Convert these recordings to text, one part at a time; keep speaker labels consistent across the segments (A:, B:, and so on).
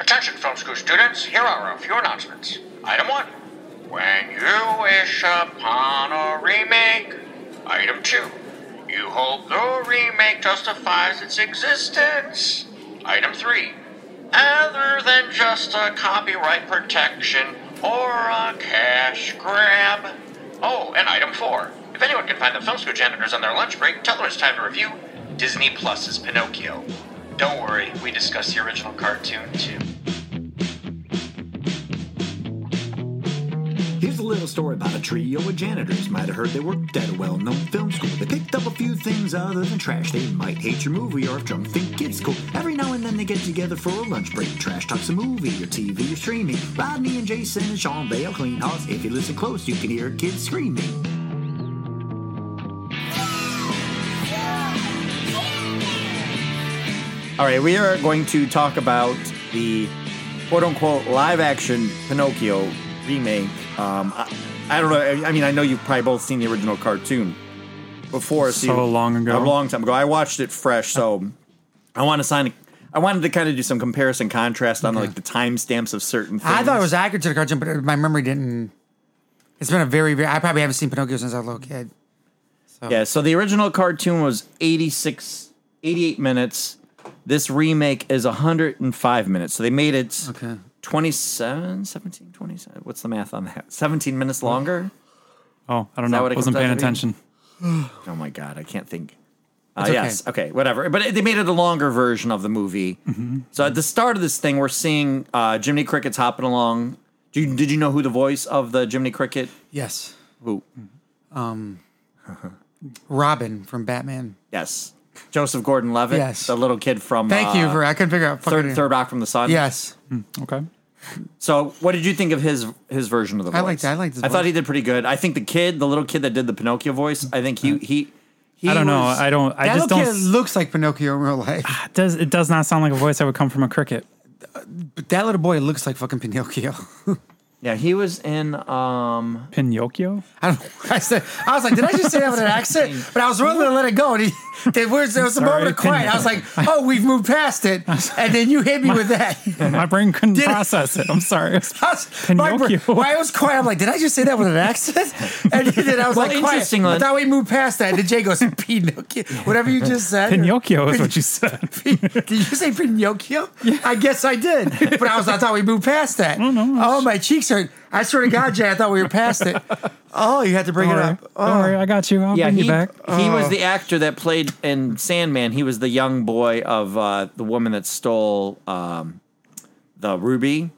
A: Attention, film school students, here are a few announcements. Item one When you wish upon a remake. Item two You hope the remake justifies its existence. Item three Other than just a copyright protection or a cash grab. Oh, and item four If anyone can find the film school janitors on their lunch break, tell them it's time to review Disney Plus's Pinocchio. Don't worry, we discussed the original cartoon too.
B: Here's a little story about a trio of janitors. Might have heard they worked at a well known film school. They picked up a few things other than trash. They might hate your movie or if drunk think kids cool. Every now and then they get together for a lunch break. Trash talks a movie or TV or streaming. Rodney and Jason and Sean Bale clean house. If you listen close, you can hear kids screaming.
C: All right, we are going to talk about the quote unquote live action Pinocchio remake. Um, I, I don't know. I, I mean, I know you've probably both seen the original cartoon before.
D: So long ago.
C: A long time ago. I watched it fresh, so I want to sign. I wanted to kind of do some comparison contrast on like the timestamps of certain things.
E: I thought it was accurate to the cartoon, but my memory didn't. Mm. It's been a very, very. I probably haven't seen Pinocchio since I was a little kid.
C: Yeah, so the original cartoon was 86, 88 minutes. This remake is 105 minutes. So they made it
E: Okay.
C: 27, 17, 27. What's the math on that? 17 minutes longer?
D: Oh, I don't
C: that
D: know.
C: what it
D: Wasn't
C: comes out to
D: paying
C: be?
D: attention.
C: Oh my God, I can't think. Uh,
E: okay.
C: Yes, okay, whatever. But it- they made it a longer version of the movie.
E: Mm-hmm.
C: So at the start of this thing, we're seeing uh, Jiminy Cricket's hopping along. Do you, did you know who the voice of the Jiminy Cricket?
E: Yes,
C: Who?
E: Mm. Robin from Batman.
C: Yes. Joseph Gordon Levitt?
E: Yes.
C: The little kid from.
E: Thank you
C: uh,
E: for. I couldn't figure out. fucking-
C: Third, third Rock from the Sun?
E: Yes.
D: Okay.
C: So, what did you think of his his version of the voice?
E: I liked- I liked his
C: I thought
E: voice.
C: he did pretty good. I think the kid, the little kid that did the Pinocchio voice, I think he he. he
D: I don't know.
C: was-
D: I don't. I
E: That
D: just
E: little
D: don't.
E: kid looks like Pinocchio in real life.
D: it does it does not sound like a voice that would come from a cricket?
E: But that little boy looks like fucking Pinocchio.
C: Yeah, he was in. Um,
D: Pinocchio.
E: I don't know what I said. I was like, did I just say that with an accent? But I was willing to let it go. And he, there was, there was a moment
D: Sorry.
E: of quiet. I was like, oh, we've moved past it. And then you hit me with that.
D: My brain couldn't
E: Did it-
D: process it. I'm sorry.
E: I was, my br-
D: Pinocchio.
E: why I was quiet. I'm like, did I just say that with an accent? And then I was
C: Well,
E: like, quiet.
C: interestingly-
E: I thought we moved past that. And then Jay goes, Pinocchio. Whatever you just said.
D: Pinocchio is what you said.
E: did you say Pinocchio? I guess I did. But I was I thought we moved past that. Oh, my cheeks hurt. I swear to God, Jay, I thought we were past it. Oh, you had to bring
D: Don't
E: it
D: worry.
E: up.
D: Don't worry. I got you. I'll
C: yeah,
D: bring
C: he
D: you back.
C: he was the actor that played in Sandman. He was the young boy of uh, the woman that stole um, the ruby,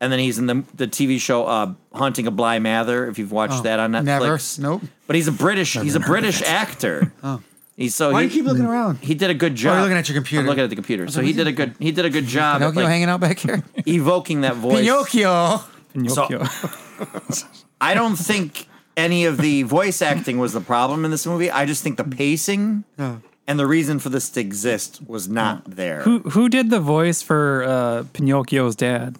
C: and then he's in the the TV show uh, Haunting of Bly Mather. If you've
D: Oh,
C: watched that on Netflix,
E: never. Nope.
C: But he's a British. He's a British actor. oh. He's so
E: Why
C: he, Hmm.
E: do you keep looking around? Oh,
C: he did a good job.
E: looking at your computer.
C: I'm looking at the computer. So he did a good he did a good job at
E: Pinocchio
C: like,
E: hanging out back here.
C: evoking that voice.
E: Pinocchio.
D: Pinocchio.
C: I don't think any of the voice acting was the problem in this movie. I just
E: Hmm.
C: think the pacing and the reason for this to exist was
E: Hmm.
C: not there.
D: who who did the voice for uh, Pinocchio's dad?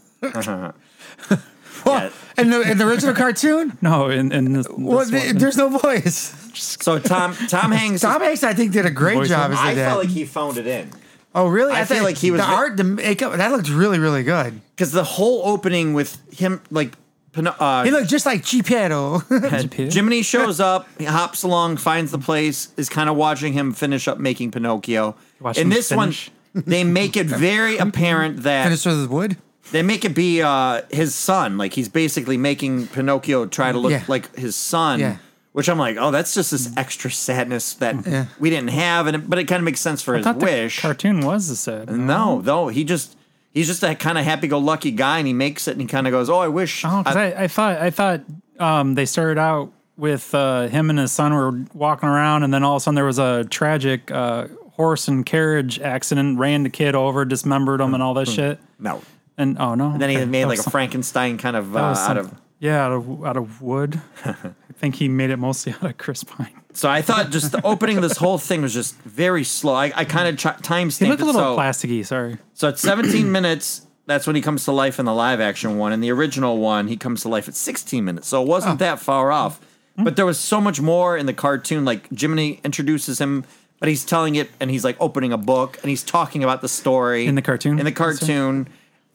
C: Yeah.
E: In the in the original cartoon,
D: No, in in this, this
E: well,
D: one.
E: th- there's no voice.
C: So Tom Tom Hanks
E: Tom Hanks, I think, did a great
D: Voice
E: job
D: over.
E: as the
C: I
E: dad.
C: felt like he phoned it in.
E: oh, really?
C: I feel
E: think
C: like he was
E: the
C: the-
E: art, the makeup. That looked really, really good.
C: Because the whole opening with him like Pino- uh,
E: He looked just like Geppetto.
C: Had-
D: Geppetto?
C: Jiminy shows up, he hops along, finds the place, is kind of watching him finish up making Pinocchio.
D: Watch
C: In
D: him
C: this
D: finish.
C: one, they make it very apparent that
E: Finished with wood.
C: they make it be uh, his son. Like he's basically making Pinocchio try to look
E: Yeah.
C: like his son.
E: Yeah.
C: Which I'm like, oh, that's just this extra sadness that
E: Yeah.
C: we didn't have, and it, but it kind of makes sense for
D: I
C: his
D: thought the
C: wish.
D: cartoon was the sad.
C: no, though he just he's just that kind of happy-go-lucky guy, and he makes it, and he kind of goes, oh, I wish.
D: Oh, 'cause I, I, thought I thought um, they started out with uh, him and his son were walking around, and then all of a sudden there was a tragic uh, horse and carriage accident, ran the kid over, dismembered him, and all that shit.
C: no.
D: And oh no!
C: Hmm. And then he
D: Okay.
C: made
D: That
C: like
D: was
C: a
D: some-
C: Frankenstein kind of uh,
D: that was
C: out of
D: something. yeah, out of out of wood. I think he made it mostly out of crisp pine.
C: So I thought just the opening of this whole thing was just very slow. I, I kind of ch- time
D: He
C: stamped
D: looked
C: it.
D: a little
C: So,
D: plasticky. Sorry.
C: so at 17 minutes, that's when he comes to life in the live action one. In the original one, he comes to life at 16 minutes. So it
D: Oh.
C: wasn't that far off.
D: Hmm.
C: But there was so much more in the cartoon. Like Jiminy introduces him, but he's telling it and he's like opening a book and he's talking about the story
D: In the cartoon?
C: In the cartoon.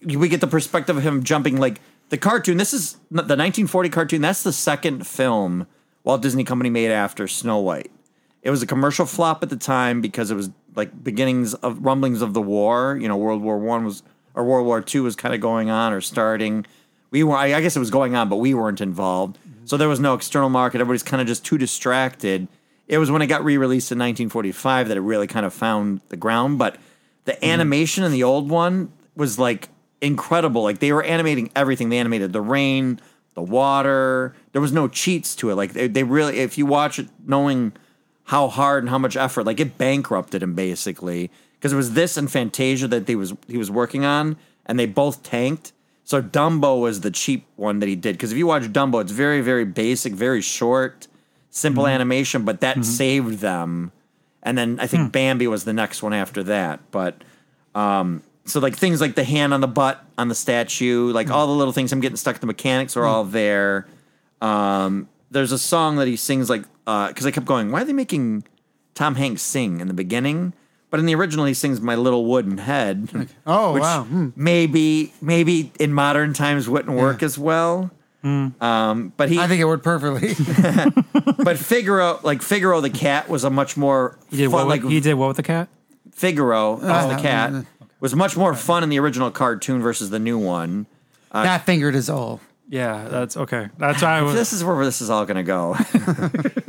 C: we get the perspective of him jumping like the cartoon. This is the 1940 cartoon. That's the second film Walt Disney Company made after Snow White. It was a commercial flop at the time because it was like beginnings of rumblings of the war. You know, World War One was or World War Two was kind of going on or starting. We were, I I guess it was going on, but we weren't involved. So there was no external market. Everybody's kind of just too distracted. It was when it got re-released in 1945 that it really kind of found the ground. But the animation in the old one was like incredible. Like they were animating everything. They animated the rain, the water. There was no cheats to it. Like they, they really, if you watch it, knowing how hard and how much effort, like it bankrupted him basically because it was this and Fantasia that they was he was working on, and they both tanked. So Dumbo was the cheap one that he did because if you watch Dumbo, it's very very basic, very short, simple animation, but that saved them. And then I think Bambi was the next one after that, but um, so like things like the hand on the butt on the statue, like all the little things. I'm getting stuck. The mechanics are all there. Um, there's a song that he sings like because I kept going. Why are they making Tom Hanks sing in the beginning? But in the original, he sings "My Little Wooden Head."
E: Oh,
C: which
E: wow. Hmm.
C: Maybe maybe in modern times wouldn't work as well. Um, but he
E: Hmm. I think it worked perfectly.
C: but Figaro like Figaro the cat was a much more
D: He did,
C: fun,
D: what
C: like
D: with, he did what with the cat?
C: Figaro as the
E: Uh,
C: cat
E: uh, okay.
C: was much more fun in the original cartoon versus the new one.
E: that fingered is all.
D: Yeah, that's okay. That's why I was.
C: Uh, This is where this is all going to go.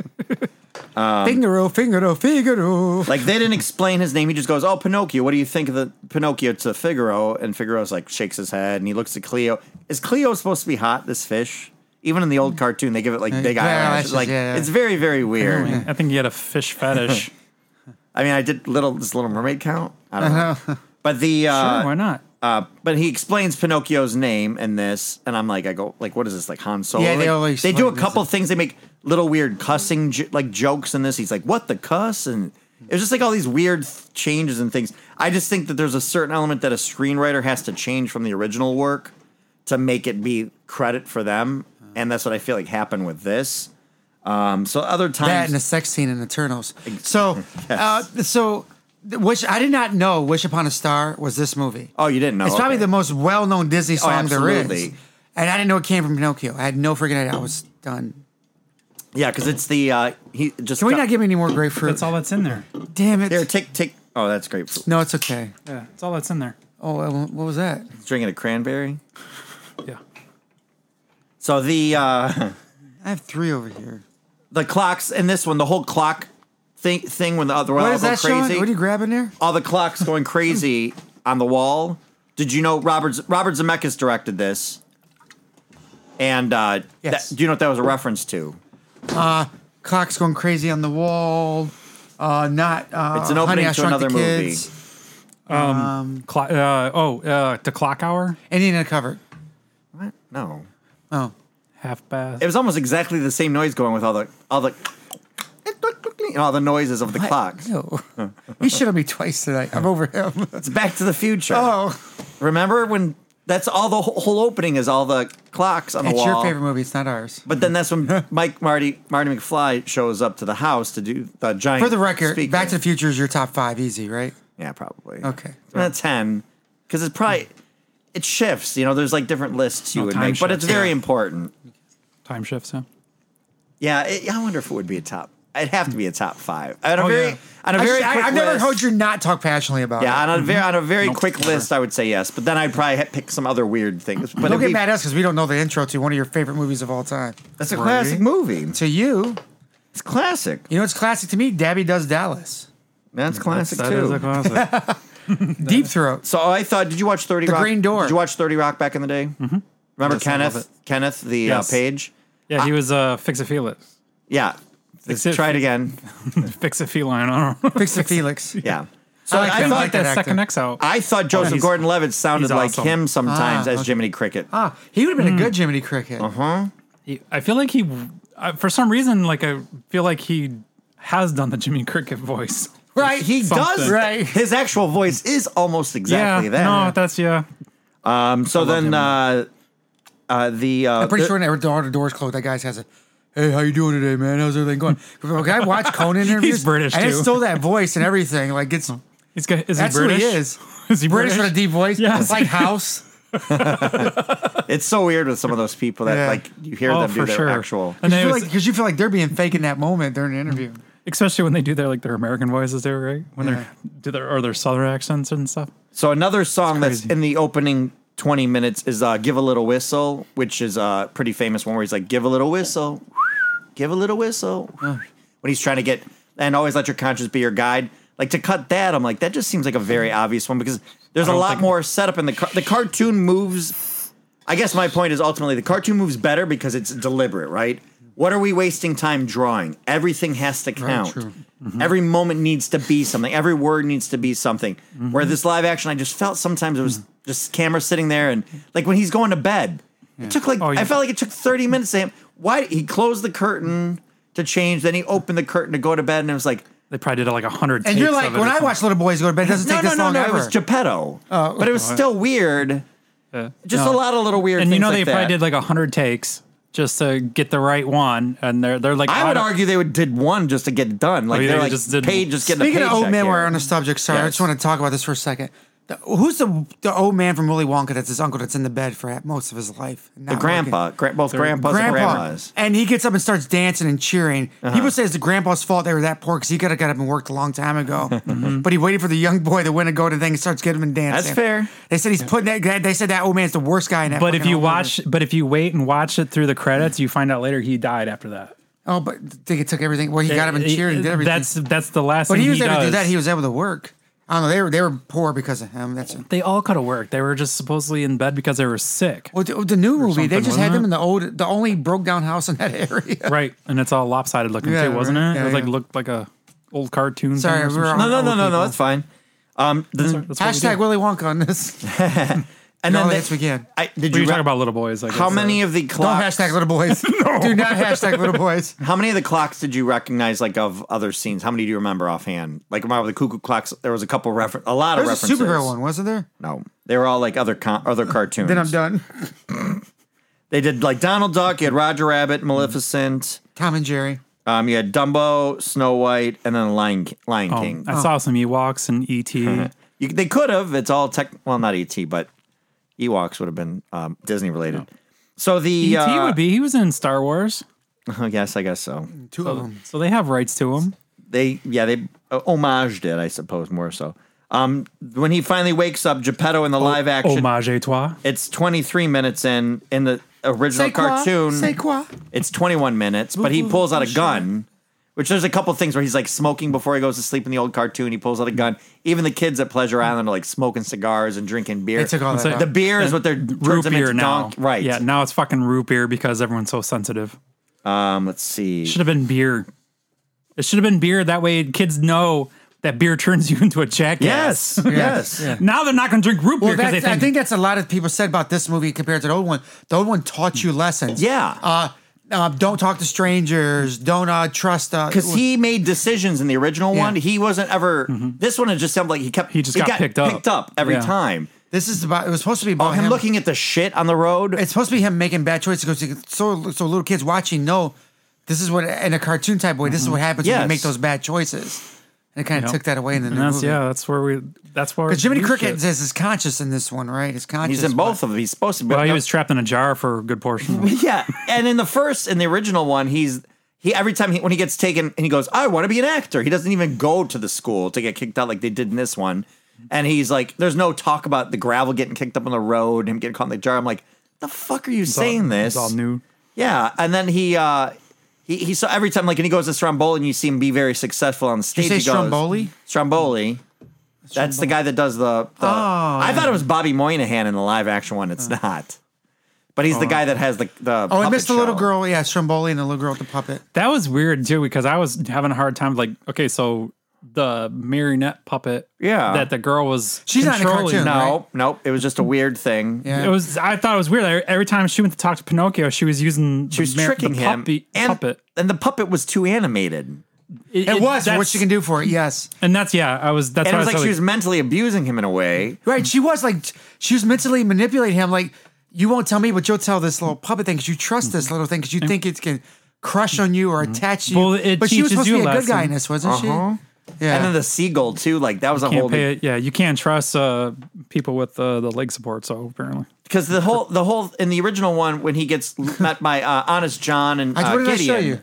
C: Um,
E: Figaro, Figaro, Figaro.
C: like they didn't explain his name. He just goes, "Oh, Pinocchio. What do you think of the Pinocchio to Figaro?" And Figaro's like shakes his head and he looks at Cleo. Is Cleo supposed to be hot? This fish. Even in the old cartoon, they give it like big
E: yeah,
C: eyelashes.
E: eyelashes,
C: Like
E: yeah, yeah.
C: it's very, very weird.
D: I think he had a fish fetish. sure,
C: I mean, I did little this Little Mermaid count. I don't know. But the uh,
D: why not?
C: Uh, but he explains Pinocchio's name in this, and I'm like, I go, like, what is this? Like Han Solo?
E: Yeah, they
C: Like,
E: always
C: do a
E: like-
C: couple things. They make little weird cussing j- like jokes in this. He's like, what the cuss? And it's just like all these weird th- changes and things. I just think that there's a certain element that a screenwriter has to change from the original work to make it be credit for them, and that's what I feel like happened with this. Um, so other
E: That
C: times,
E: and the sex scene in Eternals. So, uh, so th- which I did not know. Wish Upon a Star was this movie.
C: oh, you didn't know?
E: It's probably
C: Okay. Oh,
E: the most well-known Disney song there is,
C: absolutely.
E: and I didn't know it came from Pinocchio. I had no freaking idea. I was done.
C: yeah, because it's the uh, he just
E: Can we
C: got-
E: not give me any more grapefruit?
D: That's all that's in there.
E: Damn
C: here.
E: it!
C: Take take. Oh, that's great.
E: No, it's okay.
D: Yeah, that's all that's in there.
E: Oh, well, what was that?
C: Drinking a cranberry.
D: Yeah.
C: So the uh,
E: I have three over here.
C: the clocks in this one, the whole clock thing thing when the other one
E: What
C: all
E: is
C: go
E: that, Sean?
C: crazy,
E: What are you grabbing there?
C: all the clocks going crazy on the wall. Did you know Robert Z- Robert Zemeckis directed this? And uh, that-
E: Yes.
C: do you know what that was a reference to?
E: Clock's going crazy on the wall. Uh, not. Uh,
C: It's an opening
E: Honey, I
C: to
E: Shrunk
C: another
E: the
C: movie.
E: Kids.
D: Clock, uh, oh, uh, the clock hour,
E: Indiana covered.
C: What? No,
E: Oh,
D: half past.
C: it was almost exactly the same noise going with all the all the and all the noises of the clocks.
E: no. you should have me twice tonight. I'm over him.
C: It's Back to the Future.
E: oh,
C: Remember when? That's all the whole, whole opening is all the clocks on the
E: it's
C: wall.
E: your favorite movie. It's not ours.
C: But then that's when Mike Marty Marty McFly shows up to the house to do the giant.
E: For the record,
C: speaker.
E: Back to the Future is your top five, easy, right?
C: yeah, probably
E: Okay.
C: not ten because it's probably it shifts. You know, there's like different lists you
D: No,
C: would
D: Oh, time
C: make, but it's
D: shifts,
C: very
E: yeah.
C: important.
D: Time shifts, huh?
C: Yeah, it, I wonder if it would be a top. It'd have to be a top five on a
D: Oh,
C: very
D: yeah.
C: on a
E: I
C: very.
E: just- I,
C: quick
E: have never
C: list-
E: heard you not talk passionately about
C: Yeah,
E: it.
C: on a very on a very
D: Nope,
C: quick
D: never.
C: list, I would say yes. But then I'd probably ha- pick some other weird things. But
E: Don't
C: it'd
E: get
C: be-
E: mad at us because we don't know the intro to one of your favorite movies of all time.
C: That's a classic movie.
E: To you,
C: It's classic.
E: you know it's classic to me. Dabby does Dallas.
C: That's classic
D: That
C: too.
D: is a classic.
E: Deep Throat.
C: So I thought, did you watch Thirty
E: The
C: Rock?
E: Green Door.
C: Did you watch Thirty Rock back in the day? Mm-hmm. Remember
D: Yes, I love
C: Kenneth? Kenneth the
D: Yes.
C: uh, page.
D: yeah, he was uh, fix a felix,
C: Yeah. Let's
D: Fix it.
C: Try it again.
D: fix a feline. I don't know.
E: Fix the Felix.
C: Yeah.
E: I
C: So I,
E: like him. Oh,
C: thought
E: I
D: like
E: like that
D: that second
E: actor.
D: X out.
C: I thought Joseph
D: he's-
C: Gordon-Levitt sounded
D: he's
C: like
D: awesome.
C: him sometimes
E: Ah,
C: as
E: okay.
C: Jiminy Cricket.
E: Ah, he would have been a good Jiminy Cricket.
D: He- I feel like he, I, for some reason, like I feel like he has done the Jimmy Cricket voice.
E: Right,
C: he does.
D: something.
E: Right.
C: His actual voice is almost exactly
D: yeah,
C: that.
D: no, that's yeah.
C: um, so then uh, uh, the uh,
E: I'm pretty
C: the-
E: sure when every door, the door's closed, that guy has a, hey, how you doing today, man? How's everything going? Can I watch Conan interviews?
D: British,
E: and it's
D: too.
E: still that voice and everything. Like it's
D: He's got, is
E: that's
D: he British?
E: who he is.
D: Is he British?
E: British, with a deep voice.
D: Yes.
E: like House.
C: It's so weird with some of those people that
E: Yeah.
C: like you hear
D: Oh,
C: them do
D: for
C: their
D: sure.
C: actual.
D: And they,
E: Because
D: was-
E: you, feel like they're being fake in that moment during the interview.
D: especially when they do their like their American voices, there, right? When they're do their or their Southern accents and stuff.
C: So another song that's
D: crazy.
C: in the opening 20 minutes is uh, "Give a Little Whistle," which is a pretty famous one where he's like, "Give a little whistle, give a little whistle," when he's trying to get and always let your conscience be your guide. Like to cut that, I'm like that just seems like a very obvious one because there's a
D: don't
C: lot
D: think-
C: more setup in the car- the cartoon moves. I guess my point is ultimately the cartoon moves better because it's deliberate, right? What are we wasting time drawing? Everything has to count.
E: true.
C: Mm-hmm. Every moment needs to be something. Every word needs to be something.
D: Mm-hmm.
C: Where this live action, I just felt sometimes it was just camera sitting there and like when he's going to bed, it took like
D: Oh, Mm-hmm. yeah.
C: I felt like it took thirty minutes to him. Why he closed the curtain to change, then he opened the curtain to go to bed, and it was like
D: They probably did it like a hundred.
E: And you're like, when I watch Little Boys Go to Bed, it doesn't
C: no,
E: take
C: no,
E: this
C: no,
E: long
C: no, it
E: ever.
C: was Geppetto. Oh, but it was still weird. Just
D: No.
C: a lot of little weird.
D: and you
C: things
D: know
C: like
D: they
C: that.
D: probably did like a hundred takes just to get the right one, and they're they're like
C: I would
D: auto-
C: argue they would did one just to get it done. Like
D: Oh, yeah,
C: they're
D: they
C: like
D: just did-
C: paid, just getting
E: Speaking
C: a
E: of old
C: paycheck
E: man,
C: here.
E: we're on the subject. Sorry, I
C: Yes.
E: just want to talk about this for a second. The- who's the the old man from Willy Wonka? That's his uncle that's in the bed for most of his life.
C: the
D: Oh,
C: grandpa, gra- both grandpas and
E: Grandpa,
C: grandmas.
E: and he gets up and starts dancing and cheering.
D: Uh-huh.
E: People say it's the grandpa's fault they were that poor because he could have got up and worked a long time ago.
D: Mm-hmm.
E: but he waited for the young boy to win a golden thing and starts getting him and dancing.
C: fair.
E: They said he's putting that. that- They said that old man's the worst guy in that.
D: But if
E: fucking
D: you
E: whole movie.
D: watch, but if you wait and watch it through the credits, you find out later he died after that.
E: oh, but I think it took everything. Well, he got up and
D: It-
E: cheered and did
D: it-
E: everything.
D: That's that's the last.
E: but
D: thing
E: he was able to do
D: does.
E: that. He was able to work. I don't know. They were they were poor because of him. That's it.
D: They all could have worked. They were just supposedly in bed because they were sick,
E: Well, the, the new movie, they
D: something,
E: just had
D: wasn't
E: them
D: it?
E: in the old, the only broke down house in that area.
D: right? And it's all lopsided looking
E: Yeah,
D: too, wasn't
E: right.
D: it?
E: Yeah,
D: it was like
E: yeah.
D: looked like a old cartoon.
E: Sorry,
D: thing or some
E: we're
D: shit.
E: on-
C: No, no,
E: old
C: no, no,
E: people.
C: no. That's fine. Um, then,
D: That's what we
E: Hashtag
D: do.
E: Willy Wonka on this.
C: and
E: No,
C: then
E: that's
C: they-
E: again.
C: I, did you
D: We were
C: re-
D: talking about little boys. I guess,
C: how
D: so.
C: many of the
E: uh, Don't
C: clocks?
E: hashtag little boys. Do not hashtag little boys.
C: How many of the clocks did you recognize, like of other scenes? How many do you remember offhand? Like remember the cuckoo clocks? There was a couple refer- a lot
E: There's
C: of
E: a
C: references.
E: superhero one, wasn't there?
C: No, they were all like other con- other cartoons.
E: Then I'm done.
C: They did like Donald Duck. You had Roger Rabbit, Maleficent.
E: Tom and Jerry.
C: Um, you had Dumbo, Snow White, and then Lion Ki- Lion
D: Oh,
C: King.
D: I saw some Ewoks and E ET.
C: You, they could have. It's all tech. Well, not ET, but Ewoks would have been um, Disney related. So
E: E
C: the
D: ET
C: uh,
D: would be. He was in Star Wars,
C: Yes, I guess so.
E: Two
C: Oh.
E: of them.
D: so they have rights to him.
C: They yeah they uh, homaged it, I suppose, more so. Um, when he finally wakes up, Geppetto in the live action.
D: Homage à toi.
C: It's 23 minutes in in the original cartoon.
E: Say quoi?
C: It's 21 minutes, but he pulls out a gun, which there's a couple things where he's like smoking before he goes to sleep in the old cartoon. He pulls out a gun. Even the kids at Pleasure Island are like smoking cigars and drinking beer.
E: They took all
D: It's
E: that.
D: like
C: the
E: out.
C: beer is what they're turns
D: Root
C: them
D: beer
C: into
D: now,
C: donk- right?
D: Yeah, now it's fucking root beer because everyone's so sensitive.
C: Um, let's see.
D: Should have been beer. It should have been beer. That way, kids know that beer turns you into a jackass.
C: Yes, yes.
D: now they're not going to drink root beer
E: Well,
D: because
E: that's,
D: they think,
E: I think that's a lot of people said about this movie compared to the old one. The old one taught you lessons.
C: Yeah.
E: Uh, uh, don't talk to strangers. Don't uh, trust. uh,
C: Because he made decisions in the original
E: Yeah.
C: one. He wasn't ever. This one, it just sounded like he kept.
D: Mm-hmm. He just got picked up.
C: every
D: Yeah.
C: time.
E: This is about. It was supposed to be about
C: Oh, him looking at the shit on the road.
E: it's supposed to be him making bad choices because so so little kids watching know this is what in a cartoon type way this is what happens when
C: Mm-hmm. Yes.
E: you make those bad choices and it kind of took that away in the
D: and
E: new
D: that's
E: movie.
D: yeah, that's where we. That's where
E: But Jiminy
D: we
E: Cricket
D: shit.
E: is, is conscious in this one, right? He's conscious.
C: He's in
E: but-
C: both of them. He's supposed to be.
D: Well, he was trapped in a jar for a good portion. of it.
C: yeah, and in the first, in the original one, he's he every time he, when he gets taken and he goes, "I want to be an actor." He doesn't even go to the school to get kicked out like they did in this one. And he's like, "There's no talk about the gravel getting kicked up on the road, him getting caught in the jar." I'm like, "The fuck are you saying this?"
D: It's all new.
C: Yeah, and then he uh he, he saw every time like when he goes to Stromboli and you see him be very successful on stage.
E: say
C: he goes,
E: Stromboli?
C: Stromboli. That's the guy that does the. the I thought it was Bobby Moynihan in the live action one. It's not, but he's the guy that has the the.
E: Oh, I
C: puppet
E: missed the little
C: show.
E: girl. Yeah, Stromboli and the little girl with the puppet.
D: That was weird too because I was having a hard time. Like, okay, so the marionette puppet,
C: Yeah.
D: that the girl was.
E: She's not in a
D: controlling-
E: cartoon,
C: No, nope. It was just a weird thing.
E: Yeah.
D: It was. I thought it was weird. I- Every time she went to talk to Pinocchio, she was using
C: She was
D: the, mar-
C: tricking
D: the
C: him,
D: puppy,
C: and
D: puppet.
C: and the puppet was too animated,
E: It, was
D: that's-
E: what you can do for it. Yes,
D: And that's yeah. I was. That's
C: and
D: why
C: it was
D: I
C: like she was mentally abusing him in a way.
E: right. She was like she was mentally manipulating him. Like you won't tell me, but you'll tell this little puppet thing because you trust this little thing because you think it can crush on you or attach you.
D: Mm-hmm. Well, it
E: but she was
D: teaches
E: supposed
D: you
E: to be
D: a
E: a good guy
D: lesson.
E: in this, wasn't she? Yeah.
C: Uh-huh. And then the seagull too. Like that was a
D: Can't
C: whole
D: pay it. Yeah, you can't trust uh, people with uh, the leg support. So apparently,
C: because the whole the whole in the original one when he gets met by uh, Honest John and
E: I,
C: uh,
E: what did
C: Gideon.
E: I show you?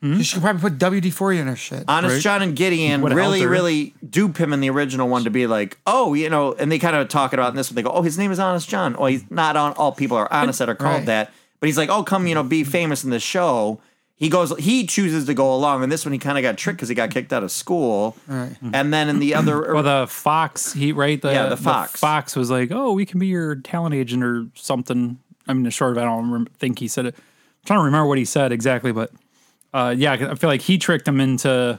D: Hmm?
E: You should probably put WD forty in her shit.
C: Honest
D: Right.
C: John and Gideon
D: What a
C: really,
D: helter.
C: really dupe him in the original one to be like, oh, you know, and they kind of talk about it in this one. They go, oh, his name is Honest John. Oh, he's not on. All people are honest that are called
E: Right.
C: that. But he's like, oh, come, you know, be famous in the show. He goes, he chooses to go along. And this one, he kind of got tricked because he got kicked out of school.
E: Right.
C: And then in the other,
D: well, the Fox, he right, the,
C: Yeah, the Fox.
D: Fox was like, "Oh, we can be your talent agent or something." I mean, short of, it, I don't rem- think he said it. I'm trying to remember what he said exactly, but uh, yeah, I feel like he tricked him into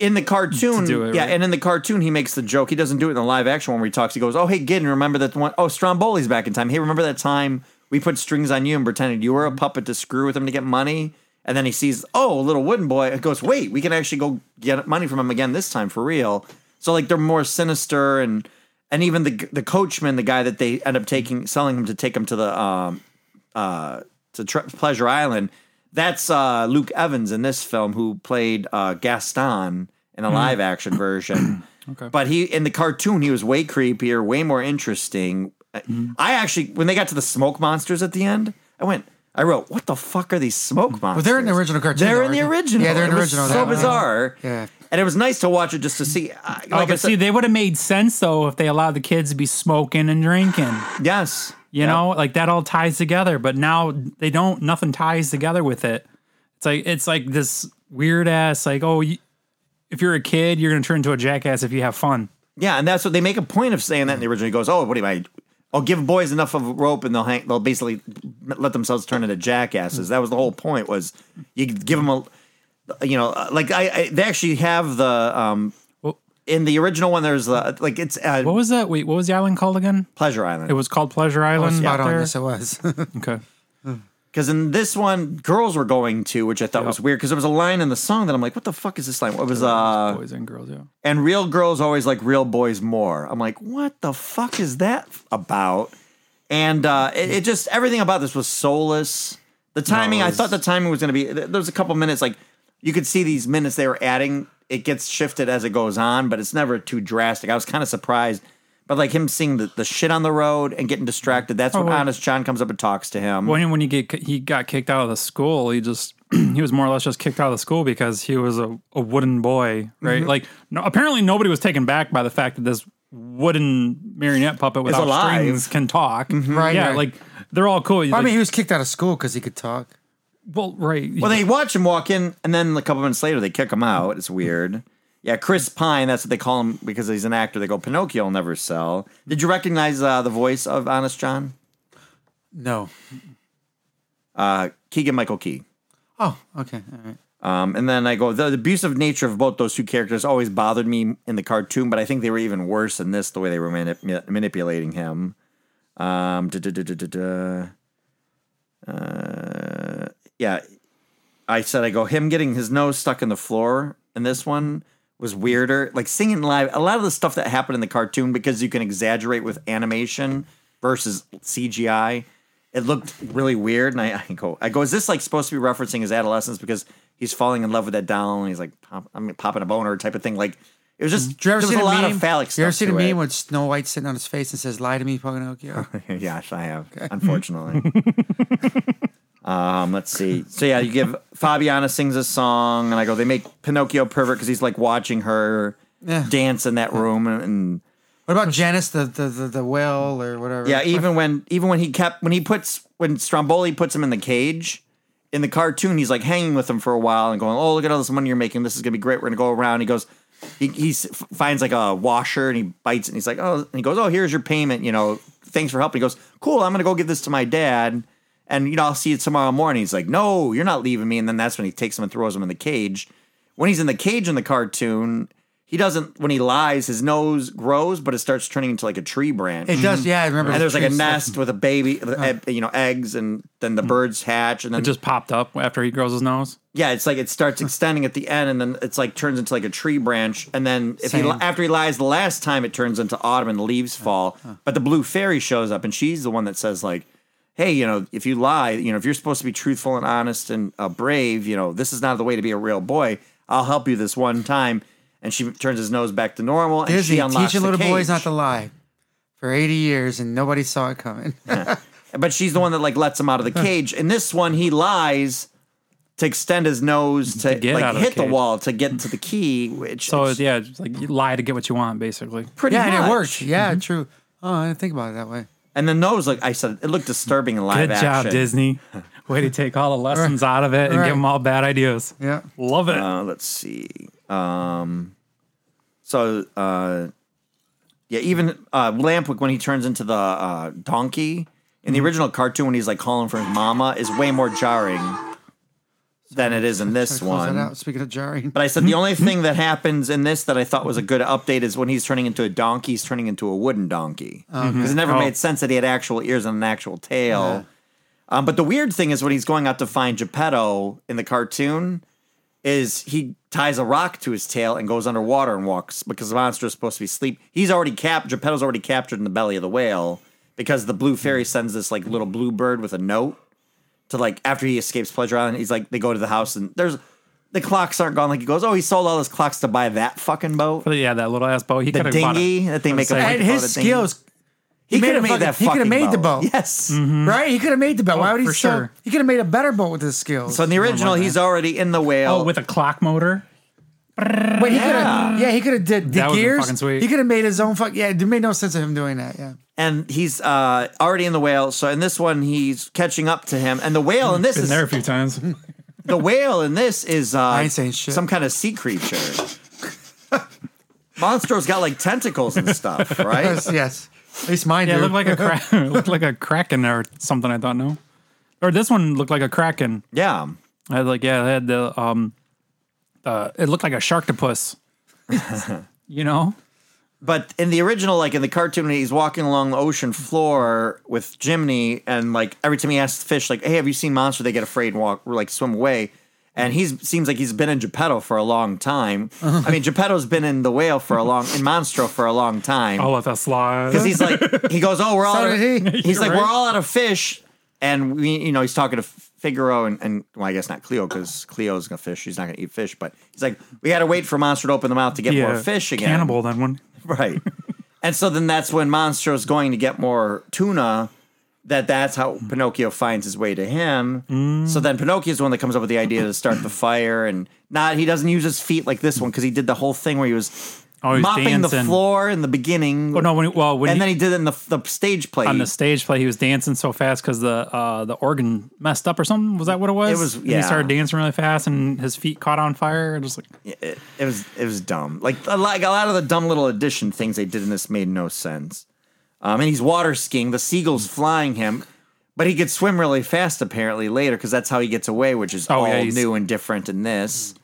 C: in the cartoon,
D: To do it,
C: yeah,
D: right?
C: and in the cartoon, he makes the joke. He doesn't do it in the live action when he talks. He goes, "Oh, hey, Gideon, remember that one? Oh, Stromboli's back in time. Hey, remember that time we put strings on you and pretended you were a puppet to screw with him to get money?" And then he sees, "Oh, a little wooden boy." He goes, "Wait, we can actually go get money from him again this time for real." So like they're more sinister and and even the the coachman, the guy that they end up taking selling him to take him to the um uh, to Tre- Pleasure Island. That's uh, Luke Evans in this film, who played uh, Gaston in the
E: Mm.
C: live action version. okay. But he in the cartoon, he was way creepier, way more interesting. I-
E: Mm-hmm.
C: I actually, when they got to the smoke monsters at the end, I went, I wrote, "What the fuck are these smoke monsters?"
E: But they're in the original cartoon.
C: They're
E: though,
C: in the
E: aren't they?
C: original.
E: Yeah, they're in the
C: It was
E: original.
C: So
E: though.
C: bizarre.
E: Yeah.
C: And it was nice to watch it just to see. Uh, like
D: oh,
C: I
D: but
C: said-
D: see, they would have made sense though if they allowed the kids to be smoking and drinking.
C: yes,
D: You
C: Yep.
D: know, like that all ties together. But now they don't. Nothing ties together with it. It's like it's like this weird ass. Like oh, you, if you're a kid, you're gonna turn into a jackass if you have fun.
C: Yeah, and that's what they make a point of saying that in the original. He goes, "Oh, what do I? I'll give boys enough of rope, and they'll hang. They'll basically let themselves turn into jackasses." That was the whole point. Was you give them a, you know, uh, like I, I they actually have the um in the original one. There's the like it's uh,
D: What was that? Wait, what was the island called again?
C: Pleasure Island.
D: It was called Pleasure
E: I was
D: Island. out
E: spot on.
D: there?
E: Yes, it was.
D: Okay.
C: Because in this one, girls were going to, which I thought was weird. Because there was a line in the song that I'm like, "What the fuck is this line?" What was uh?
D: Boys and girls, yeah.
C: And real girls always like real boys more. I'm like, what the fuck is that f- about? And uh, it, it just everything about this was soulless. The timing, I thought the timing was going to be. th- There's a couple minutes like you could see these minutes they were adding. It gets shifted as it goes on, but it's never too drastic. I was kind of surprised, but like him seeing the, the shit on the road and getting distracted. That's when
D: wait.
C: Honest John comes up and talks to him.
D: When when he get he got kicked out of the school, he just he was more or less just kicked out of the school because he was a, a wooden boy, right?
C: Mm-hmm.
D: Like no, apparently nobody was taken back by the fact that this wooden marionette puppet without
C: alive. Mm-hmm.
D: strings can talk.
E: Right,
D: Yeah,
E: right.
D: like they're all cool.
E: I
D: Like,
E: mean, he was kicked out of school because he could talk.
D: well, right.
C: Well, they watch him walk in, and then a couple minutes later, they kick him out. It's weird. Yeah, Chris Pine, that's what they call him because he's an actor. They go, Pinocchio will never sell. Did you recognize uh, the voice of Honest John?
E: No.
C: Uh, Keegan Michael Key.
E: Oh, okay. All right.
C: Um, and then I go, the, the abusive nature of both those two characters always bothered me in the cartoon, but I think they were even worse in this, the way they were mani- ma- manipulating him. Um, duh, duh, duh, duh, duh, duh. Uh, yeah, I said, I go, him getting his nose stuck in the floor in this one was weirder. Like singing live, a lot of the stuff that happened in the cartoon, because you can exaggerate with animation versus CGI, it looked really weird. And I, I go, I go, is this like supposed to be referencing his adolescence because he's falling in love with that doll and he's like, pop, I mean, popping a boner type of thing. Like it was just,
E: Mm-hmm. Did you ever
C: there was
E: see
C: a
E: the
C: lot
E: meme?
C: of phallic stuff.
E: You ever seen
C: to
E: a meme
C: it.
E: with Snow White sitting on his face and says, "Lie to me, Pinocchio"?
C: yes, I have. Unfortunately. um, let's see. So yeah, you give Fabiana sings a song, and I go. They make Pinocchio pervert because he's like watching her
E: Yeah.
C: dance in that room, and, and
E: what about Janice, the the the, the whale or whatever?
C: yeah, even when even when he kept when he puts when Stromboli puts him in the cage. In the cartoon, he's like hanging with him for a while and going, "Oh, look at all this money you're making. This is gonna be great. We're gonna go around." He goes, he, he s- f- finds like a washer and he bites it. And he's like, "Oh," and he goes, "Oh, here's your payment. You know, thanks for helping." He goes, "Cool. I'm gonna go give this to my dad, and you know, I'll see you tomorrow morning." He's like, "No, you're not leaving me." And then that's when he takes him and throws him in the cage. When he's in the cage in the cartoon, he doesn't. When he lies, his nose grows, but it starts turning into like a tree branch
E: it does. Yeah, I remember.
C: Mm-hmm. and there's like a
E: trees.
C: nest with a baby, uh, you know, eggs, and then
E: Hmm.
C: the birds hatch, and then
D: it just popped up after he grows his nose.
C: yeah, it's like it starts extending at the end, and then it's like turns into like a tree branch, and then if he
E: Same.
C: li- after he lies the last time, it turns into autumn and the leaves fall. But the blue fairy shows up, and she's the one that says like, "Hey, you know, if you lie, you know, if you're supposed to be truthful and honest and uh, brave, you know, this is not the way to be a real boy. I'll help you this one time." and she turns his nose back to normal. And
E: Disney
C: she unlocks
E: teaching
C: the
E: little boys
C: cage.
E: not to lie for 80 years, and nobody saw it coming.
C: but she's the one that like lets him out of the cage. In this one, he lies to extend his nose to,
D: get
C: like
D: out of the
C: hit the,
D: cage.
C: wall to get to the key, which
D: So
C: is
D: yeah, it's like you lie to get what you want, basically.
C: pretty
E: yeah, and
C: much. Mm-hmm.
E: it worked. Yeah, true. Oh, I didn't think about it that way.
C: And the nose, like I said, it looked disturbing in live
D: Good
C: action.
D: job, Disney. Way to take all the lessons out of it and
E: Right.
D: give them all bad ideas.
E: Yeah.
D: Love it.
C: Uh, let's see. Um, so uh, yeah, even uh, Lampwick when he turns into the uh, donkey in the
D: Mm-hmm.
C: original cartoon when he's like calling for his mama is way more jarring than it is in this
E: Close that
C: one.
E: out. Speaking of jarring.
C: But I said the only thing that happens in this that I thought was a good update is when he's turning into a donkey, he's turning into a wooden donkey because it never
D: Oh.
C: made sense that he had actual ears and an actual tail. Um, but the weird thing is when he's going out to find Geppetto in the cartoon, is he ties a rock to his tail and goes underwater and walks because the monster is supposed to be asleep. He's already cap Geppetto's already captured in the belly of the whale because the blue fairy sends this like little blue bird with a note to like after he escapes Pleasure Island. He's like they go to the house and there's the clocks aren't gone. Like he goes, oh, he sold all his clocks to buy that fucking boat,
D: But yeah, that little ass boat. He
C: the
D: could have bought
C: dinghy
D: it.
C: that they make. a fucking
D: saying.
E: and
D: And
C: boat,
E: his
C: the dinghy.
E: skills,
C: He,
E: made
C: could
E: a
C: have made
E: fucking-
C: that.
E: he could have
C: fucking
E: made the boat. Mm-hmm.
C: Yes.
E: right? He could have made the boat. Why would he
D: for
E: still?
D: sure.
E: He could have made a better boat with his skills.
C: Oh, So in the original, he's already in the whale.
D: Oh, with a clock motor.
E: Wait, he could have. Yeah, he could have did the
D: That would've been
E: gears.
D: fucking sweet.
E: He could have made his own fuck. Yeah, it made no sense of him doing that. Yeah.
C: and he's uh, already in the whale. So in this one, he's catching up to him, and the whale in this
D: Been
C: is
D: there a few times.
C: the whale in this is uh,
E: ain't saying shit.
C: some kind of sea creature. Monstro's got like tentacles and stuff, right?
E: Yes. yes. At least mine
D: Yeah, it
E: do.
D: looked like a cra- looked like a kraken or something. I thought no, or this one looked like a kraken.
C: Yeah,
D: I was like, yeah, it had the um, uh, it looked like a sharktopus. you know,
C: but in the original, like in the cartoon, when he's walking along the ocean floor with Jiminy, and like every time he asks the fish, like, "Hey, have you seen monster?" They get afraid and walk, or, like swim away. And he seems like he's been in Geppetto for a long time. I mean, Geppetto's been in the whale for a long, in Monstro for a long time.
D: I'll let that slide.
C: because he's like he goes oh we're all
E: So
C: out of,
E: did he.
C: he's like
D: Right.
C: we're all out of fish and we you know he's talking to Figaro and, and well I guess not Cleo because Cleo's gonna fish she's not gonna eat fish but he's like we gotta wait for Monster to open the mouth to get more fish again
D: Cannibal. That one.
C: right and so then that's when Monstro's going to get more tuna that that's how Pinocchio finds his way to him
D: Mm.
C: so then Pinocchio's the one that comes up with the idea to start the fire and not he doesn't use his feet like this one because he did the whole thing where he was
D: Oh, he's
C: mopping the
D: dancing.
C: floor in the beginning
D: Oh no! When, he- well, when
C: and
D: he,
C: then he did it in the, the stage play.
D: on the stage play, he was dancing so fast because the uh, the organ messed up or something. Was that what it was?
C: It was-
D: And
C: yeah.
D: He started dancing really fast, and his feet caught on fire. Just like
C: it, it was it was dumb. Like a, lot, a lot of the dumb little addition things they did in this made no sense. Um, and he's water skiing. The seagulls flying him, but he could swim really fast apparently later because that's how he gets away, which is
D: Oh,
C: all
D: yeah, he's-
C: new and different in this.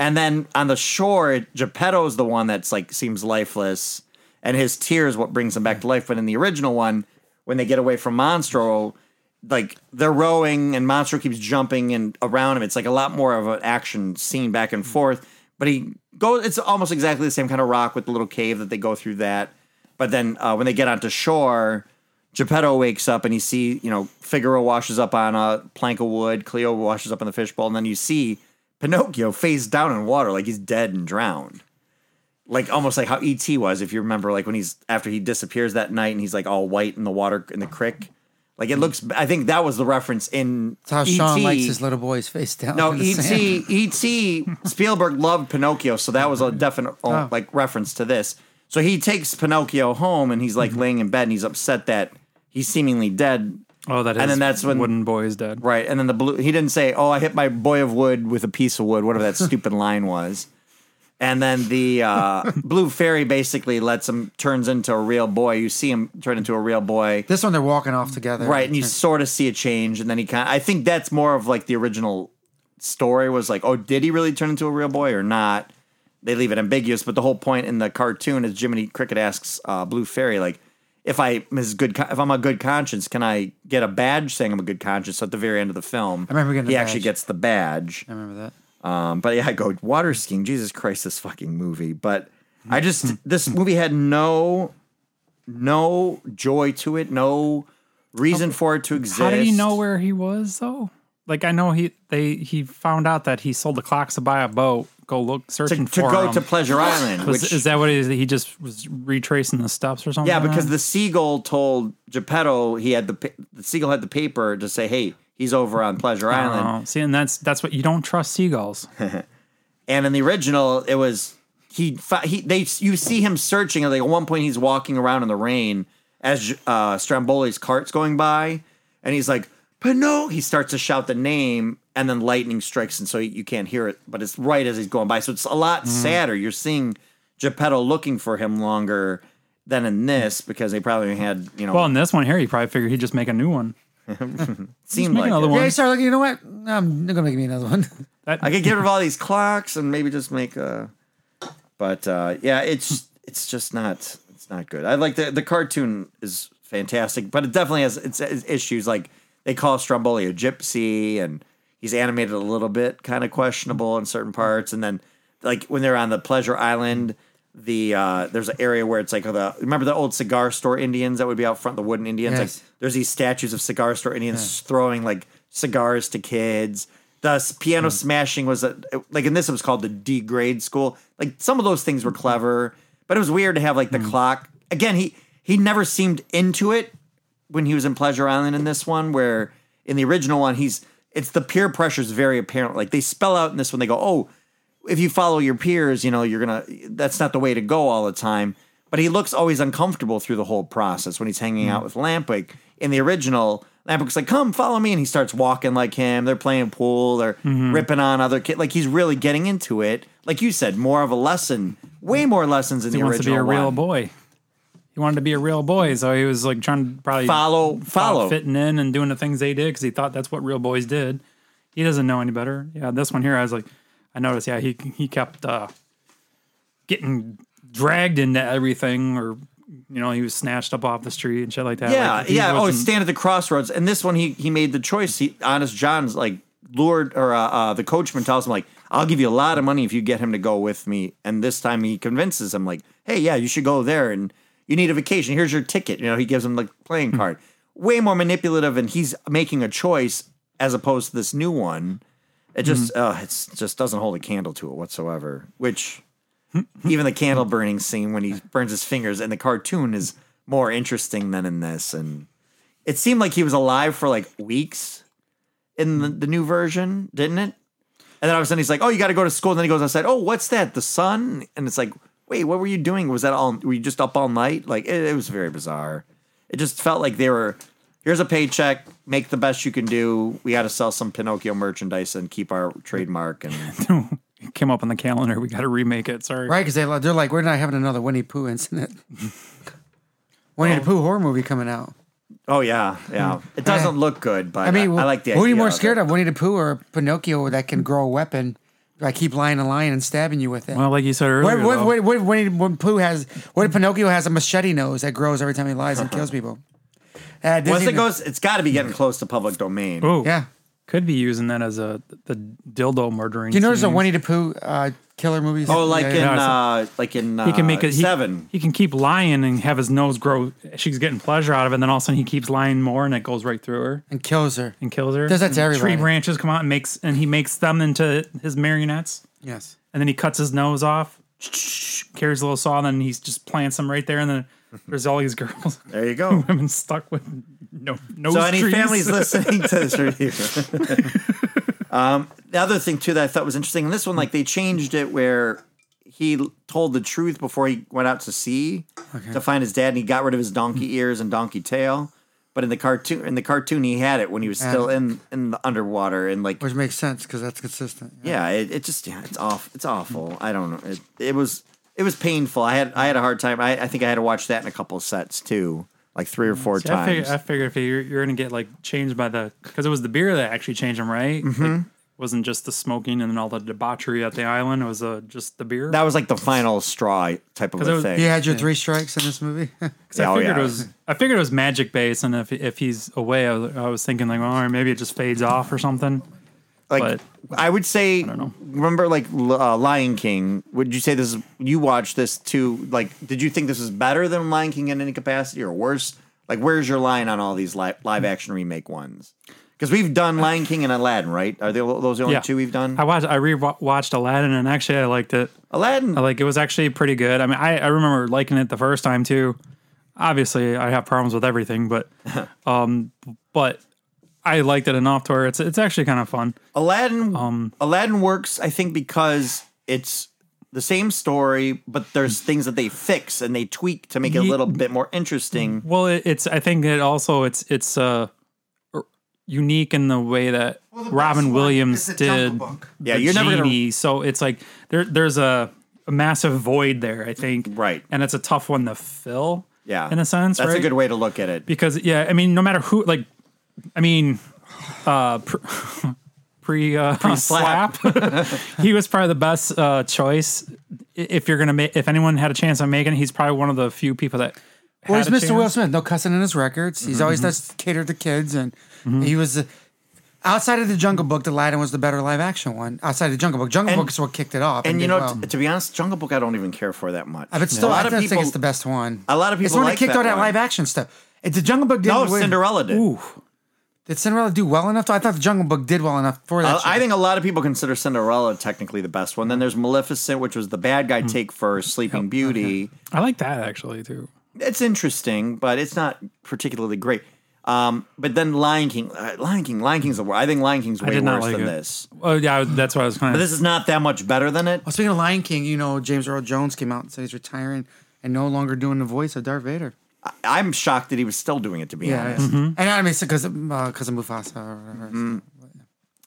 C: And then on the shore, Geppetto's the one that's like seems lifeless, and his tear is what brings him back to life. But in the original one, when they get away from Monstro, like they're rowing and Monstro keeps jumping and around him. It's like a lot more of an action scene back and forth. But he goes. It's almost exactly the same kind of rock with the little cave that they go through that. But then uh, when they get onto shore, Geppetto wakes up and you see, you know, Figaro washes up on a plank of wood, Cleo washes up in the fishbowl, and then you see Pinocchio face down in water like he's dead and drowned. Like almost like how E.T. was, if you remember, like when he's after he disappears that night and he's like all white in the water in the creek. Like it looks, I think that was the reference in E
E: That's how
C: E.T.
E: Sean likes his little boy's face down.
C: No, E
E: in the sand.
C: E.T. E.T. Spielberg loved Pinocchio, so that was a definite uh, like reference to this. So he takes Pinocchio home, and he's like laying in bed, and he's upset that he's seemingly dead.
D: oh, that is.
C: And then that's when-
D: wooden boy is dead.
C: Right, and then the blue. He didn't say, "Oh, I hit my boy of wood with a piece of wood," whatever that stupid line was. And then the uh, blue fairy basically lets him turns into a real boy. You see him turn into a real boy.
E: This one they're walking off together.
C: Right, and you sort of see a change, and then he kind. I think that's more of like the original story was like, oh, did he really turn into a real boy or not? They leave it ambiguous, but the whole point in the cartoon is Jiminy Cricket asks uh, Blue Fairy like, if I is good, con- if I'm a good conscience, can I get a badge saying I'm a good conscience? So at the very end of the film, I
E: remember getting
C: he
E: a
C: actually
E: badge.
C: gets the badge.
E: I remember that.
C: Um, but yeah, I go water skiing. Jesus Christ, this fucking movie. But I just this movie had no no joy to it, no reason for it to exist.
D: How did he know where he was though? Like I know he they he found out that he sold the clocks to buy a boat, go look
C: to,
D: searching
C: to
D: for
C: go
D: him.
C: to Pleasure Island.
D: Was-
C: which,
D: is that what he, he just was retracing the steps or something?
C: yeah,
D: like
C: because
D: that?
C: the seagull told Geppetto he had the pa- the seagull had the paper to say, "Hey, he's over on Pleasure Island."
D: Oh, see, and that's that's what you don't trust seagulls.
C: And in the original, it was he fi- he they you see him searching. Like at one point, he's walking around in the rain as uh, Stromboli's cart's going by, and he's like Pinocchio. He starts to shout the name, and then lightning strikes, and so you can't hear it. But it's right as he's going by, so it's a lot sadder. You're seeing Geppetto looking for him longer than in this because they probably had you know
D: Well, in this one here, he probably figured he'd just make a new one.
C: seemed
D: make
C: like
D: another
C: it.
D: one.
E: Yeah, he started looking, you know what? No, I'm not gonna give me another one.
D: That,
C: I could get rid of all these clocks and maybe just make a. But uh, yeah, it's it's just not it's not good. I like the the cartoon is fantastic, but it definitely has its, its issues. Like they call Stromboli a gypsy, and he's animated a little bit kind of questionable in certain parts. And then like when they're on the Pleasure Island, the uh, there's an area where it's like the remember the old cigar store Indians that would be out front, the wooden Indians.
E: Yes.
C: Like there's these statues of cigar store Indians throwing like cigars to kids. The s- piano smashing was a, like in this it was called the D grade school. Like some of those things were clever, but it was weird to have like the clock. Again, he he never seemed into it when he was in Pleasure Island in this one, where in the original one he's it's the peer pressure is very apparent. Like they spell out in this one, they go, oh, if you follow your peers, you know, you're gonna that's not the way to go all the time. But he looks always uncomfortable through the whole process when he's hanging
D: Mm.
C: out with Lampic. In the original, Lampic's like, come follow me, and he starts walking like him. They're playing pool, they're
D: Mm-hmm.
C: ripping on other kids. Like he's really getting into it. Like you said, more of a lesson, way more lessons in
D: he
C: the
D: wants to be
C: original.
D: a real
C: one.
D: boy. He wanted to be a real boy, so he was like trying to probably
C: Follow, follow.
D: fitting in and doing the things they did because he thought that's what real boys did. He doesn't know any better. Yeah, this one here, I was like, I noticed. Yeah, he he kept uh, getting dragged into everything, or you know, he was snatched up off the street and shit like that.
C: Yeah,
D: Like, he
C: yeah. Oh,
D: wasn't-
C: stand at the crossroads. And this one, he he made the choice. He, Honest John's like lured, or uh, uh, the coachman tells him like, "I'll give you a lot of money if you get him to go with me." And this time, he convinces him like, "Hey, yeah, you should go there, and you need a vacation. Here's your ticket." You know, he gives him the playing card. Way more manipulative, and he's making a choice as opposed to this new one. It just uh, it's just doesn't hold a candle to it whatsoever. Which even the candle burning scene when he burns his fingers in the cartoon is more interesting than in this and it seemed like he was alive for like weeks in the, the new version didn't it and then all of a sudden he's like oh you got to go to school and then he goes outside oh what's that the sun and it's like wait what were you doing was that all were you just up all night like it, it was very bizarre it just felt like they were here's a paycheck make the best you can do we got to sell some pinocchio merchandise and keep our trademark and
D: came up on the calendar. We got to remake it. Sorry.
E: Right? Because they, they're like, we're not having another Winnie the Pooh incident. Winnie the Pooh horror movie coming out.
C: Oh yeah, yeah. It doesn't look good, but I
E: Hmm. I mean,
C: I, like the.
E: What are
C: idea
E: you more
C: of
E: scared
C: it.
E: of, Winnie the Pooh or Pinocchio that can grow a weapon by keep lying a lion and stabbing you with it?
D: Well, like you said
E: what,
D: earlier,
E: what,
D: though,
E: what, what, Winnie the Pooh has? What if Pinocchio has a machete nose that grows every time he lies and kills people? Uh,
C: Once
E: Disney-
C: it goes, it's got to be getting close to public domain.
D: oh,
E: yeah.
D: could be using that as a the dildo murdering.
E: Do you notice the
D: scene.
E: Winnie the Pooh uh, killer movies?
C: Oh, like
E: Yeah,
C: in
E: yeah.
C: uh, like in uh,
D: he can make it he,
C: seven.
D: He can keep lying and have his nose grow. She's getting pleasure out of it. And then all of a sudden he keeps lying more, and it goes right through her
E: and kills her.
D: and kills her.
E: Does that
D: And
E: to everybody.
D: Tree branches come out and makes and he makes them into his marionettes.
E: Yes.
D: And then he cuts his nose off, carries a little saw, and then he just plants them right there. And then there's all these girls,
C: There you go.
D: women stuck with no no.
C: so any
D: trees.
C: families listening to this review. um, the other thing too that I thought was interesting in this one, like they changed it where he l- told the truth before he went out to sea to find his dad, and he got rid of his
E: Hmm.
C: donkey ears and donkey tail. But in the cartoon, in the cartoon, he had it when he was still in in the underwater, and like
E: Which makes sense because that's consistent.
C: yeah, it, it just yeah, it's off. It's awful. I don't know. It, it was it was painful. I had I had a hard time. I, I think I had to watch that in a couple of sets too, like three or four
D: Mm, See, I
C: times.
D: figured, I figured if you're, you're gonna get like changed by the because it was the beer that actually changed him, right?
C: Mm-hmm.
D: Like, wasn't just the smoking and then all the debauchery at the island. It was uh, just the beer.
C: that was like the final straw type of
D: 'Cause
C: a
D: it was-
C: thing.
E: You had your three strikes in this movie.
D: 'Cause I
C: Oh,
D: figured
C: yeah.
D: it was I figured it was magic based, and if if he's away, I was, I was thinking like, well, all right, maybe it just fades off or something.
C: like I would say, remember like L- uh, Lion King? Would you say this? Is, you watched this too? Like, did you think this was better than Lion King in any capacity, or worse? Like, where's your line on all these li- live action remake ones? Because we've done Lion King and Aladdin, right? Are they, those the only
D: yeah,
C: two we've done?
D: I watched. I rewatched Aladdin, and actually, I liked it.
C: Aladdin.
D: I Like it was actually pretty good. I mean, I, I remember liking it the first time too. Obviously, I have problems with everything, but um, but I liked it enough to where it's it's actually kind of fun.
C: Aladdin
D: Um,
C: Aladdin works, I think, because it's the same story, but there's things that they fix and they tweak to make it a
D: Ye-
C: little bit more interesting.
D: Well, it, it's I think it also it's it's uh er, unique in the way that Robin Williams did.
C: Yeah,
D: the
C: you're never gonna-
D: genie, so it's like there there's a, a massive void there. I think
C: Right.
D: and it's a tough one to fill.
C: Yeah,
D: in a sense,
C: that's a
D: right?
C: good way to look at it.
D: because yeah, I mean, no matter who, like, I mean, uh, pre, pre uh,
C: Pre-slap.
D: slap, he was probably the best uh, choice. I- If you're gonna make, if anyone had a chance on making, it, he's probably one of the few people that.
E: Well, he's
D: had a
E: Mr. Will
D: chance.
E: Smith. No cussing in his records. He's always just catered to kids, and he was the, outside of the Jungle Book. The Aladdin was the better live action one. Outside of the Jungle Book, Jungle
C: And-
E: Book is what kicked it off.
C: And you know,
E: well.
C: t- to be honest, Jungle Book I don't even care for that much.
E: Uh, but still,
C: a lot
E: I
C: of
E: don't
C: people,
E: think it's the best one.
C: a lot of
E: it's
C: people
E: when
C: like
E: it kicked
C: that
E: all that
C: one.
E: live action stuff. It, the Jungle Book did.
C: No, Cinderella did.
E: Ooh, did Cinderella do well enough? I thought the Jungle Book did well enough for that.
C: Uh,
E: shit.
C: I think a lot of people consider Cinderella technically the best
D: Mm.
C: one. Then there's Maleficent, which was the bad guy take for Sleeping Beauty.
D: I like that actually too.
C: it's interesting, but it's not particularly great. Um, but then Lion King, uh, Lion King, Lion King's the worst. I think Lion King's way
D: did not
C: worse
D: like
C: than
D: it.
C: this.
D: Oh yeah, that's what I was kind
C: But
D: of.
C: this is not that much better than it.
E: Well, speaking of Lion King, you know James Earl Jones came out and said he's retiring and no longer doing the voice of Darth Vader.
C: I'm shocked that he was still doing it, to be honest.
E: and I mean, because because of Mufasa or whatever.
C: Mm-hmm.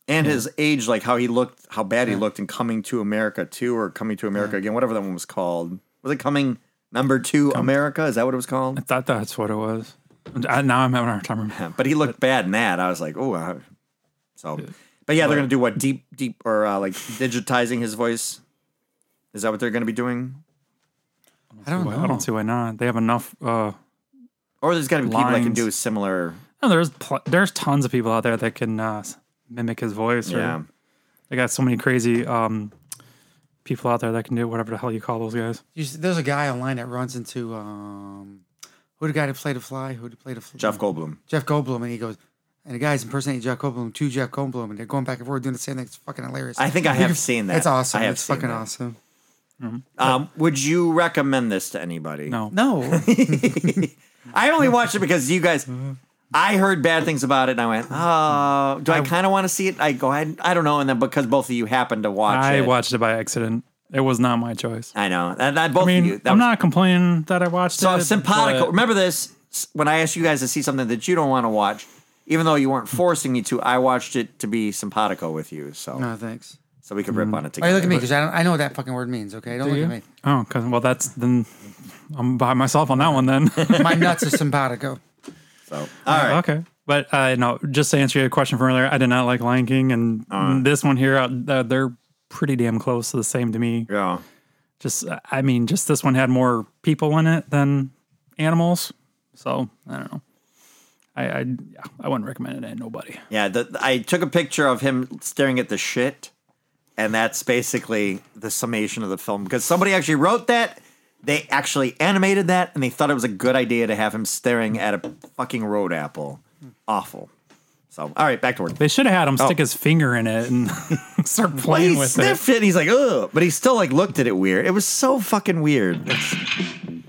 C: And his age, like how he looked, how bad he looked in Coming to America Two or Coming to America Again, whatever that one was called. Was it Coming Number Two America? Is that what it was called?
D: thought that's what it was. I, now I'm having a hard time remembering.
C: But he looked bad in that. I was like, oh, uh, so. But yeah, they're gonna do what deep, deep, or uh, like digitizing his voice. Is that what they're gonna be doing?
E: I don't know.
D: I don't see why not. They have enough. Uh,
C: Or there's got to be people that can
D: Lines.
C: do similar.
D: no, Oh, there's pl- there's tons of people out there that can uh, s- mimic his voice. Or,
C: Yeah.
D: They got so many crazy um, people out there that can do whatever the hell you call those guys.
E: You see, there's a guy online that runs into um, who the guy that played a fly, who played a fly,
C: Jeff
D: Mm-hmm.
C: Goldblum.
E: Jeff Goldblum, and he goes, and the guy's impersonating Jeff Goldblum to Jeff Goldblum, and they're going back and forth doing the same thing. It's fucking hilarious.
C: I think I
E: You
C: have
E: can-
C: seen that.
E: It's awesome.
C: I have
E: it's
C: seen
E: fucking
C: that.
E: awesome.
C: Um, would you recommend this to anybody?
D: No.
E: No,
C: I only watched it because you guys. I heard bad things about it, and I went, "Oh, do I, kind of want to see it?" I go, I, "I don't know," and then because both of you happened to watch
D: I
C: it,
D: watched it by accident. It was not my choice.
C: I know, and that both
D: I mean,
C: of you. That
D: I'm
C: was-
D: not complaining that I watched
C: So
D: it.
C: simpatico.
D: but-
C: Remember this s- when I asked you guys to see something that you don't want to watch, even though you weren't
D: Mm-hmm.
C: forcing me to. I watched it to be simpatico with you, so
E: no, thanks.
C: so we could
D: Mm-hmm.
C: rip on it
E: Why
C: together.
E: you look at me? Because I don't. I know what that fucking word means. Okay, don't look at me.
D: Oh, 'cause- well, that's then I'm by myself on that one then.
E: My nuts are simpatico.
C: So all right,
D: okay. But uh, no, just to answer your question from earlier, I did not like Lion King, and this one here, uh, they're pretty damn close to the same to me.
C: yeah.
D: Just, uh, I mean, just this one had more people in it than animals, so I don't know. I, I, yeah, I wouldn't recommend it to nobody.
C: Yeah, the, I took a picture of him staring at the shit, and that's basically the summation of the film because somebody actually wrote that. They actually animated that, and they thought it was a good idea to have him staring at a fucking road apple. Awful. So, all right, back to work.
D: They should have had him stick his finger in it and start
C: Well,
D: playing
C: he
D: with it.
C: sniffed it. and he's like, ugh, but he still like looked at it weird. It was so fucking weird.